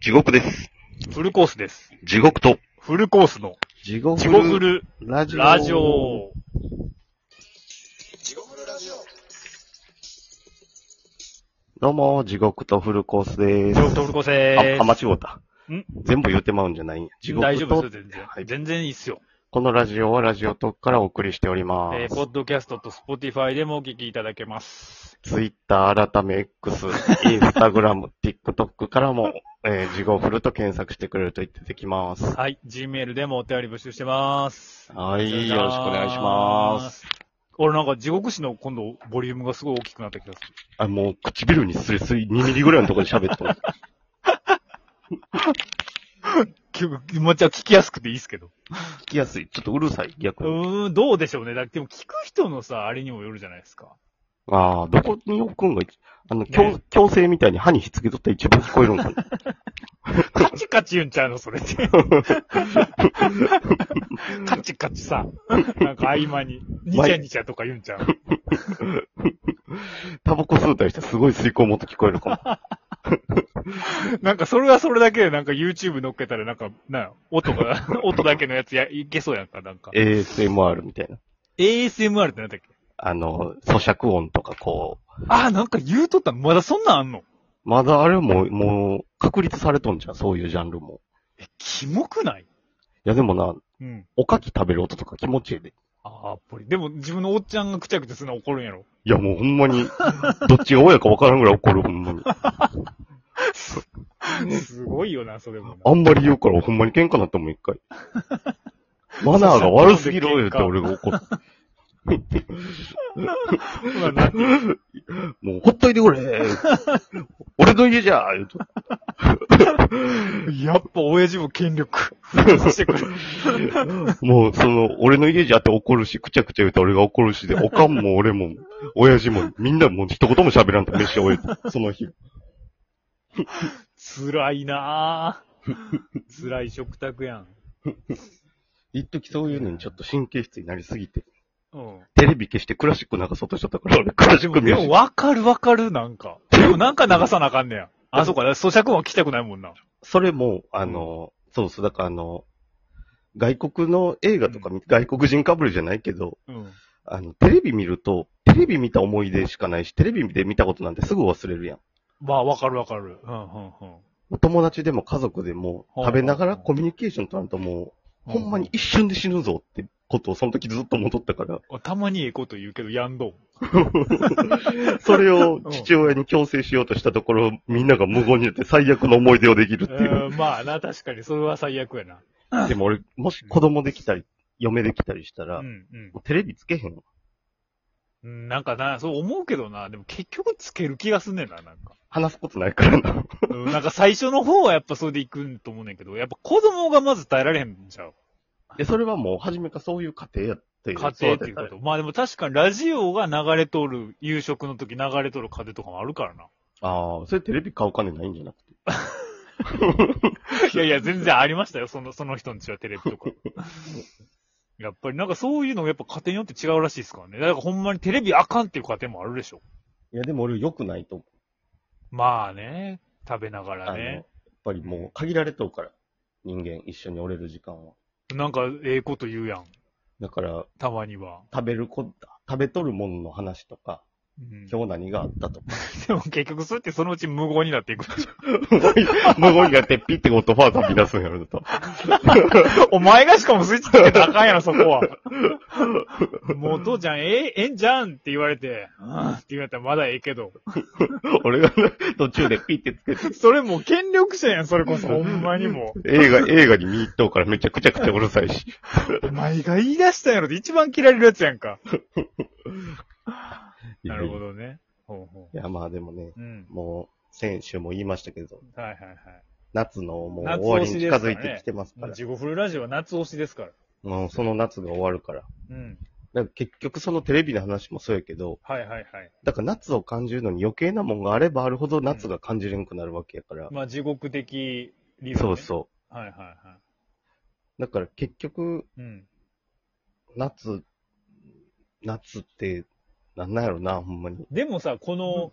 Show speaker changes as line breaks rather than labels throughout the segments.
地獄です。
フルコースです。
地獄と、
フルコースの、
地獄
地獄ル
ラ
ラジオ。
どうも、地獄とフルコースで
地
す。
獄とフルコースで
あ、あ、間
ー
違うた。
ん
全部言ってまうんじゃないんや。地
す。
獄と。
大丈夫ですよ、全
は
然。
い
全然いいっすよ。
このラジオはラジオトークからお送りしております。
えー、ポッドキャストとスポティファイでもお聞きいただけます。
ツイッター改め X、インスタグラム、TikTok からも、えー、地獄フルと検索してくれると言ってできます。
はい、Gmail でもお便り募集してます。
はい、よろしくお願いします。
す。俺なんか地獄市の今度、ボリュームがすごい大きくなった気がする。
あ、もう唇にすりすり2ミリぐらいのところで喋っとる。
気気持ちは聞きやすくていいっすけど。
聞きやすい。ちょっとうるさい、逆
う
に。
ーん、どうでしょうね。だでも聞く人のさ、あれにもよるじゃないですか。
ああ、どこに置くんが一、あの、強
ね
強制みたいに歯にひっつけとったら一番聞こえるんかな。
カチカチ言うんちゃうのそ れって。カチカチさ。なんか合間に。ニチャニチャとか言うんちゃう
タバコ吸うたりしたらすごい吸い込もうと聞こえるかも。
なんかそれはそれだけでなんか YouTube 乗っけたらなんか、な、音が、 音だけのやつや、いけそうやんか、なんか。
ASMR みたいな。
ASMR ってなんだっけ
あの、咀嚼音とかこう。
あー、なんか言うとったのまだそんなんあんの
まだあれも、もう、確立されとんじゃん、そういうジャンルも。
え、キモくない
いやでもな、
うん。
おかき食べる音とか気持ちいいで。
あーやっぱり。でも自分のおっちゃんがくちゃくちゃするの怒るんやろ。
いやもうほんまに、どっちが親かわからんぐらい怒る、ほんまに。
すごいよな、それもな。
あんまり言うからほんまに喧嘩なったもん、一回。マナーが悪すぎろよって俺が怒る。
まあな
もうほっといてくれ俺の家じゃ言うと
やっぱ親父も権 力、してくる。
もう、その、俺の家じゃって怒るし、くちゃくちゃ言うと俺が怒る しで、おかんも俺も、親父も、みんなもう一言も喋らんと飯を終え た、その日。
辛いな ぁ。辛い食卓やん。
一時そういうのにちょっと神経質になりすぎて、
うん。
テレビ消してクラシック流そうとしちゃったから、俺クラシ
で
ック見
も、で
よう
もわかるわかる、なんか。でもなんか流さなあかんねや。あ、そうか、咀嚼音は聞きたくないもんな。
それも、あの、そうそう、だからあの、外国の映画とか見、外国人かぶりじゃないけど、
うん。
あの、テレビ見ると、テレビ見た思い出しかないし、テレビで見たことなんてすぐ忘れるやん。
まあ、わかるわかる。うん、うん、うん。
友達でも家族でも、
ほうほうほう
食べながらコミュニケーション取らんともう、ほんまに一瞬で死ぬぞってことをその時ずっと戻ったから、
あ。たまにええこと言うけど、や んどん。
それを父親に強制しようとしたところ、みんなが無言になって最悪の思い出をできるって
う
いう。
ん、まあな、確かに、それは最悪やな。
でも俺、もし子供できたり、嫁できたりしたら、
う
も
ん、うん
うテレビつけへんわ。
うん。なんかな、そう思うけどな、でも結局つける気がすんねんな、なんか。
話すことないからな。
うん、なんか最初の方はやっぱそれでいくんと思うねんけど、やっぱ子供がまず耐えられへんんちゃう。
で、それはもう、初めからそういう家庭やっていう。
家庭っていうこ
育てた
と。まあでも確かにラジオが流れとる、夕食の時流れとる家庭とかもあ るからな。
ああ、それテレビ買う金ないんじゃなくて。
いやいや、全然ありましたよ。その、その人のちはテレビ とか。やっぱりなんかそういうのもやっぱ家庭によって違うらしいですからね。だからほんまにテレビあかんっていう家庭もあるでしょ。
いや、でも俺良くないと思う。
まあね。食べなが
あ
ら
の、やっ
ね。
ぱりもう限られとうから。人間、一緒におれる時間は。
なんかええこと言うやん。
だから、
たまには。
食べるこ、食べとるものの話とか、
うん、で
今日何があったとか。
も結局そうやってそのうち無言になっていく でしょ。
無言になってピッてゴッドファーザー見出すんやろと。
お前がしかもスイッチつけたらあかんやろ、そこ は。もう父ちゃん、ええ、ええんじゃんって言われて、うんって言われたらまだええけど。
俺が途中でピッてつけて、
それもう権力者やん、それこそ。ほんまにも
映画、映画に見入っとうからめちゃくちゃくちゃうるさい し。
う。お前が言い出したんやろって一番嫌いるやつやんか。なるほ
ど。
どね。ほうほ
いや、まあでもね、
う。うん。
もう、先週も言いましたけど、
はいはいはい。
夏のもう
夏
終わりに近づいてきてますか
もう
ら。
地獄フルラジオは夏推しですから。
もうその夏が終わるから。
うん。
だから結局そのテレビの話もそうやけど、
はいはいはい。
だから夏を感じるのに余計なもんがあればあるほど夏が感じれんくなるわけやから。
まあ地獄的理。
そうそう
はいはいは
う。だから結局、
い。うん。
夏、夏って、なんなんやろな、ほんまに。
でもさ、この、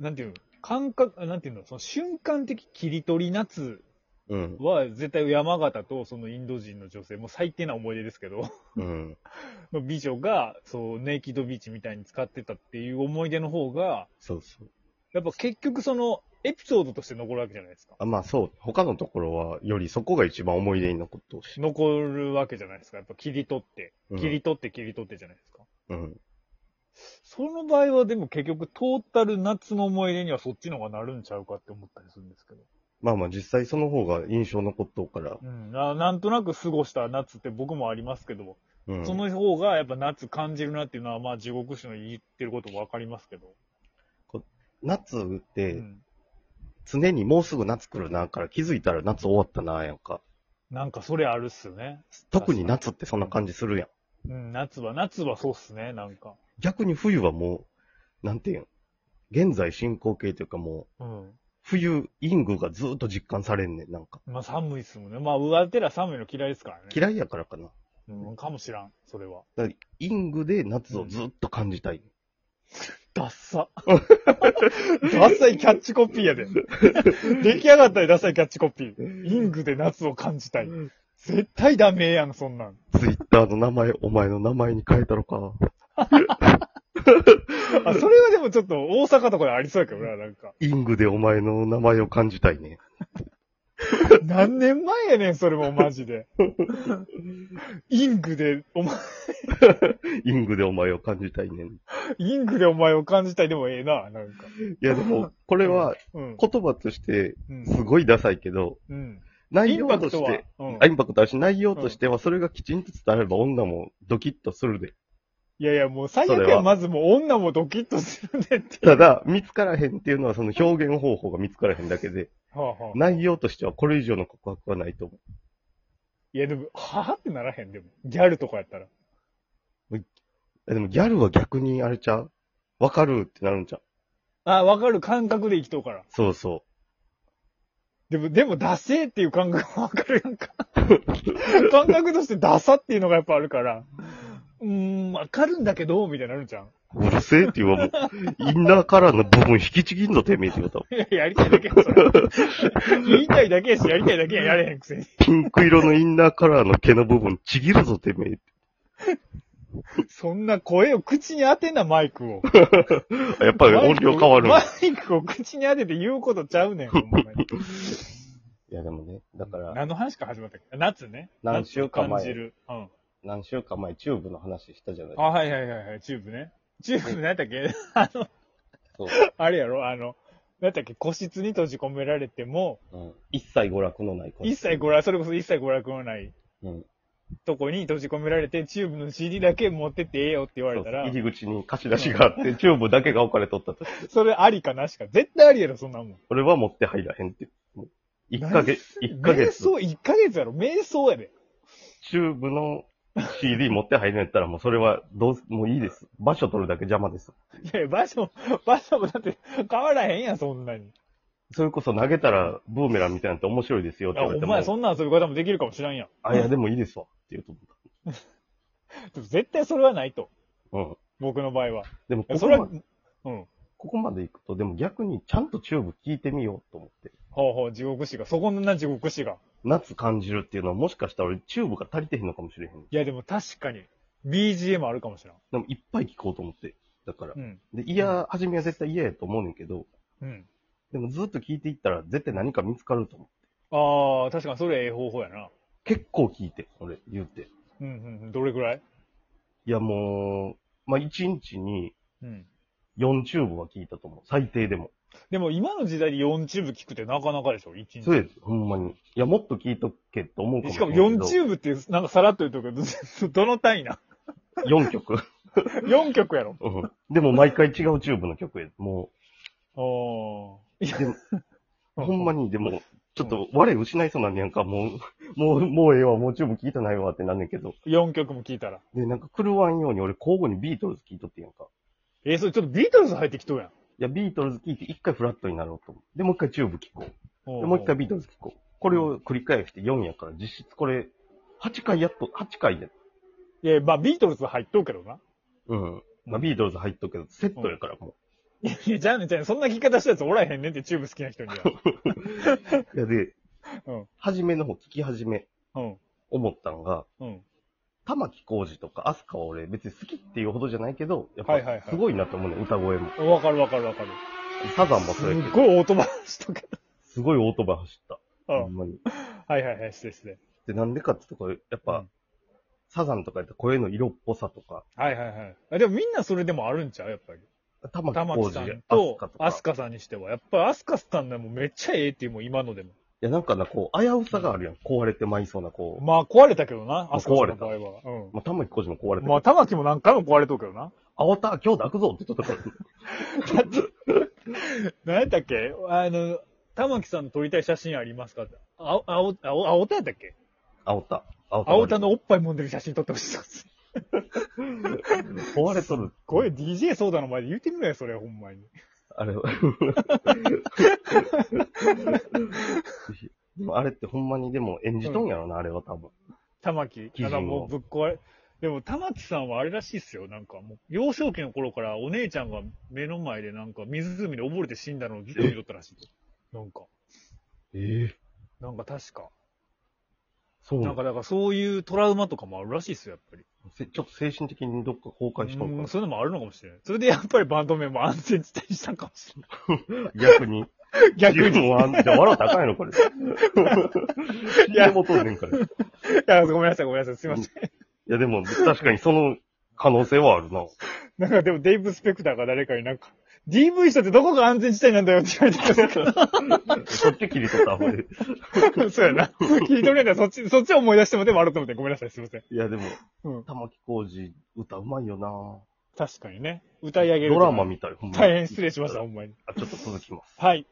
なんていうの感覚、なんていうの、その瞬間的切り取り夏
うん。
は、絶対山形とそのインド人の女性、もう最低な思い出ですけど、
うん。
の美女が、そう、ネイキッドビーチみたいに使ってたっていう思い出の方が、
そうそう。
やっぱ結局その、エピソードとして残るわけじゃないですか。
あまあそう。他のところは、よりそこが一番思い出に残ってほしい。
残るわけじゃないですか。やっぱ切り取って、
うん
切り取って切り取ってじゃないですか。
うん。
その場合はでも結局トータル夏の思い出にはそっちの方がなるんちゃうかって思ったりするんですけど。
まあまあ実際その方が印象残っとうから。
うん。あなんとなく過ごした夏って僕もありますけど、
うん。
その方がやっぱ夏感じるなっていうのはまあ地獄師の言ってることもわかりますけど。
夏っ
う
て、
ん。
常にもうすぐ夏来るなから気づいたら夏終わったなやんか。
なんかそれあるっすよね。
特に夏ってそんな感じするやん。
うん、夏は、夏はそうっすね、なんか。
逆に冬はもう、なんていうん。現在進行形というかもう、
うん。
冬、イングがずーっと実感されんねん、なんか。
まあ寒いっすもんね。まあ上手ら寒いの嫌いですからね。
嫌いやからかな。
うん、かもしらん、それは。
だからイングで夏をずーっと感じたい。
ダッサ。 ダッサいキャッチコピー やで。出来上がったよ、ダッサいキャッチコピー。イングで夏を感じたい。絶対ダメやん、そんなん。
ツイッターの名前、お前の名前に変えたのか。
あ、それはでもちょっと大阪とかでありそうやけどな、なんか。
イングでお前の名前を感じたいね。
何年前やねん、それもマジで。イングで、お前、
イングでお前を感じたいね。
イングでお前を感じたいでもええな、なんか。
いやでも、これは
うん。
言葉として
うん
すごいダサいけど、
うん。
内
イン
容
パ
と
クト
し
は
て、、
うん
あインパクトあるし、内容としてはそれがきちんと伝われば女もドキッとするで。
いやいや、もう最
そ
悪
れは
や、まずもう女もドキッとするねって。
ただ、見つからへんっていうのはその表現方法が見つからへんだけで、
はあはあ
内容としてはこれ以上の告白はないと思
いや、でも、はぁってならへん、でも。ギャルとかやったら。
う。えでもギャルは逆にあれちゃうわかるってなるんちゃう
あ、わかる感覚で生きとうから。
そうそ
でも、でも、ダセーっていう感覚がわかるやん か。感覚としてダサっていうのがやっぱあるから。うーん、わかるんだけど、みたいになるじゃん。
う。うるせえって言わもう、インナーカラーの部分引きちぎんのてめえって言うと。
いや、やりたいだけやん、それ。言いたいだけやし、やりたいだけやん、やれへんくせに。
ピンク色のインナーカラーの毛の部分ちぎるぞてめえ。
そんな声を口に当てんな、マイクを。
やっぱり音量変わるん
マ
だ。
イクを口に当てて言うことちゃうねん、ほんまに。
いやでもね、だから、
何の話から始まったっけ夏ね。
何週間前
夏を感じる。うん。
何週間前チューブの話したじゃない
あ、はいはいはいはい、チューブね。チューブ何やったっけ
そう。
あれやろあの、何やったっけ個室に閉じ込められても、
うん。一切娯楽のない子
一切娯楽、それこそ一切娯楽のない
うん。
とこに閉じ込められて、チューブの CD だけ持ってってええよって言わ
そうそ
れた
う
ら
入、り口に貸し出しがあって、チューブだけが置かれとったと。
それありかなしか。絶対ありやろ、そんなもん。
俺は持って入らへんって。もう一ヶ月、一ヶ
瞑
月、
想、一ヶ月やろ。瞑想やで。
チューブの CD 持って入るんやったらもうそれはどうす、もういいです。場所取るだけ邪魔です。
いやいや、場所、場所もだって変わらへんやん、そんなに。
それこそ投げたらブーメランみたいなのって面白いですよって
あ
言われ
お
ても。
前そんな遊び方もできるかもしらんやん。
あ、いやでもいいですわ。って言うと
でも絶対それはないと。
思った。うん。
僕の場合は。
でもこ
そ
こ
れ
ま
は
で、、
うん。
ここまで行くと、でも逆にちゃんとチューブ聞いてみようと思って。
ほうほう、地獄師が。そこんな地獄師が。
夏感じるっていうのはもしかしたら俺チューブが足りてへんのかもしれへん。
いや、でも確かに、BGM あるかもしらん。
でもいっぱい聞こうと思って。だから
う。ん。
で、いや、初めは絶対嫌やと思うねんけど、
うん。
でもずっと聞いていったら絶対何か見つかると思う。
ああ、確かにそれええ方法やな。
結構聞いて、俺言うて。
うんうんうん。どれぐらい
いやもう、まあ、1日に
うん。
4チューブは聞いたと思う。最低でも。
でも今の時代で4チューブ聞くってなかなかでしょ ?1 日。
そうです、ほんまに。いや、もっと聞いとけと思うかも
しかも
れんけ
4
ど
チューブって、なんかさらっと言うと くけど、どの単位な
?4 曲。
?4 曲やろ。
うんでも毎回違うチューブの曲や。も
おー。いや
でも、う、ほんま
に。
に、でも、ちょっと、我失いそうなんねやんか、もう、 もう、もうええわ、もうチューブ聞いてないわってなんねんけど。
4曲も聞いたら。
で、なんか狂わんように俺交互にビートルズ聞いとってんやんか。
えー、それちょっとビートルズ入ってきとうやん。
いや、ビートルズ聞いて一回フラットになろうと思う。で、もう一回チューブ聞こう。
お
で
ー
もう一回ビートルズ聞こう。これを繰り返して4やから、実質これ、8回やっと、8回で。
いや、まあビートルズ入っとうけどな。
うん。まあ、ビートルズ入っとくけど、セットやからも
いやいや、じゃあね、じゃあね、そんな聞き方したやつおらへんねんって、チューブ好きな人に は。
いや、で
うん、
初めの方、聞き始め、
うん。
思ったのが、
うん。
玉木浩二とかアスカは俺別に好きっていうほどじゃないけど、やっ
はいはいはい
ぱすごいなと思うね、歌声も。
わかるわかるわかる。
サザンも
す
そうやけ
っ
ど、
ごいオートバスとか。
すごいオートバイ走った。
う
ほん
ん。
まに。
はいはいはい、失礼失礼。
で、なんでかってとこ、やっぱ、
うん
サザンとかやったら声の色っぽさとか、
はいはいはいあ。でもみんなそれでもあるんちゃうやっぱり。
玉木
玉
浩
木さ
二
ん、
アス
と
カとか。
アスカさんにしては。やっぱりアスカさんでもめっちゃええっていう、もう今のでも。
いや、なんかな、こう、危うさがあるやん。壊れてまいそうな、こう。
まあ壊れたけどな、
あ
アスカさん
壊れ
の
た
場合は。う
まあ、玉木浩二も壊れ
ん。
て
まあ、
る。
玉木も何回も壊れとうけどな。
あおた、今日抱くぞって言っとったから。
何やったっけあの、玉木さんの撮りたい写真ありますかあ、あお、あお、あおたやったっけ
あおた。あお
あおたのおっぱい揉んでる写真撮ってほしいです。す
壊れとる。
ごい DJ ソーダの前で言ってみろよ、それ、ほんまに。
あれ。でもあれってほんまにでも演じとんやろな、あれは多分。
玉木。
基準
だ
を
からもうぶっ壊れ。でも玉木さんはあれらしいっすよ。なんかもう、幼少期の頃からお姉ちゃんが目の前でなんか湖で溺れて死んだのをずっと見とったらしいと。なんか、
ええ
なんか確か。
そうな
なんんかだからそういうトラウマとかもあるらしいっすよ、やっぱり。
せちょっと精神的にどっか崩壊した
う
の
ん
か
そういうのもあるのかもしれない。それでやっぱりバンド名も安全地帯にしたんかもしれ
な。逆に。
ない。 逆に。い
に。じゃあ笑う高いのこれ。いや、もとんねんから。い
や、ごめんなさい、ごめんなさい。すいません。
や、でも確かにその可能性はあるな。
なんかでもデイブ・スペクターが誰かになんか、DV したってどこが安全地帯なんだよって言われてた
そっち切り取った方がいい。
から。そうやな。聞いとるんだそっち、そっちを思い出してもでもあると思って。ごめんなさい、すいません。
いや、でも、
うん。
玉木浩二、歌うまいよな
確かにね。歌い上げる。
ドラマみたい、ほんまに
大変失礼しました、ほんまに。
あ、ちょっと続きます。
はい。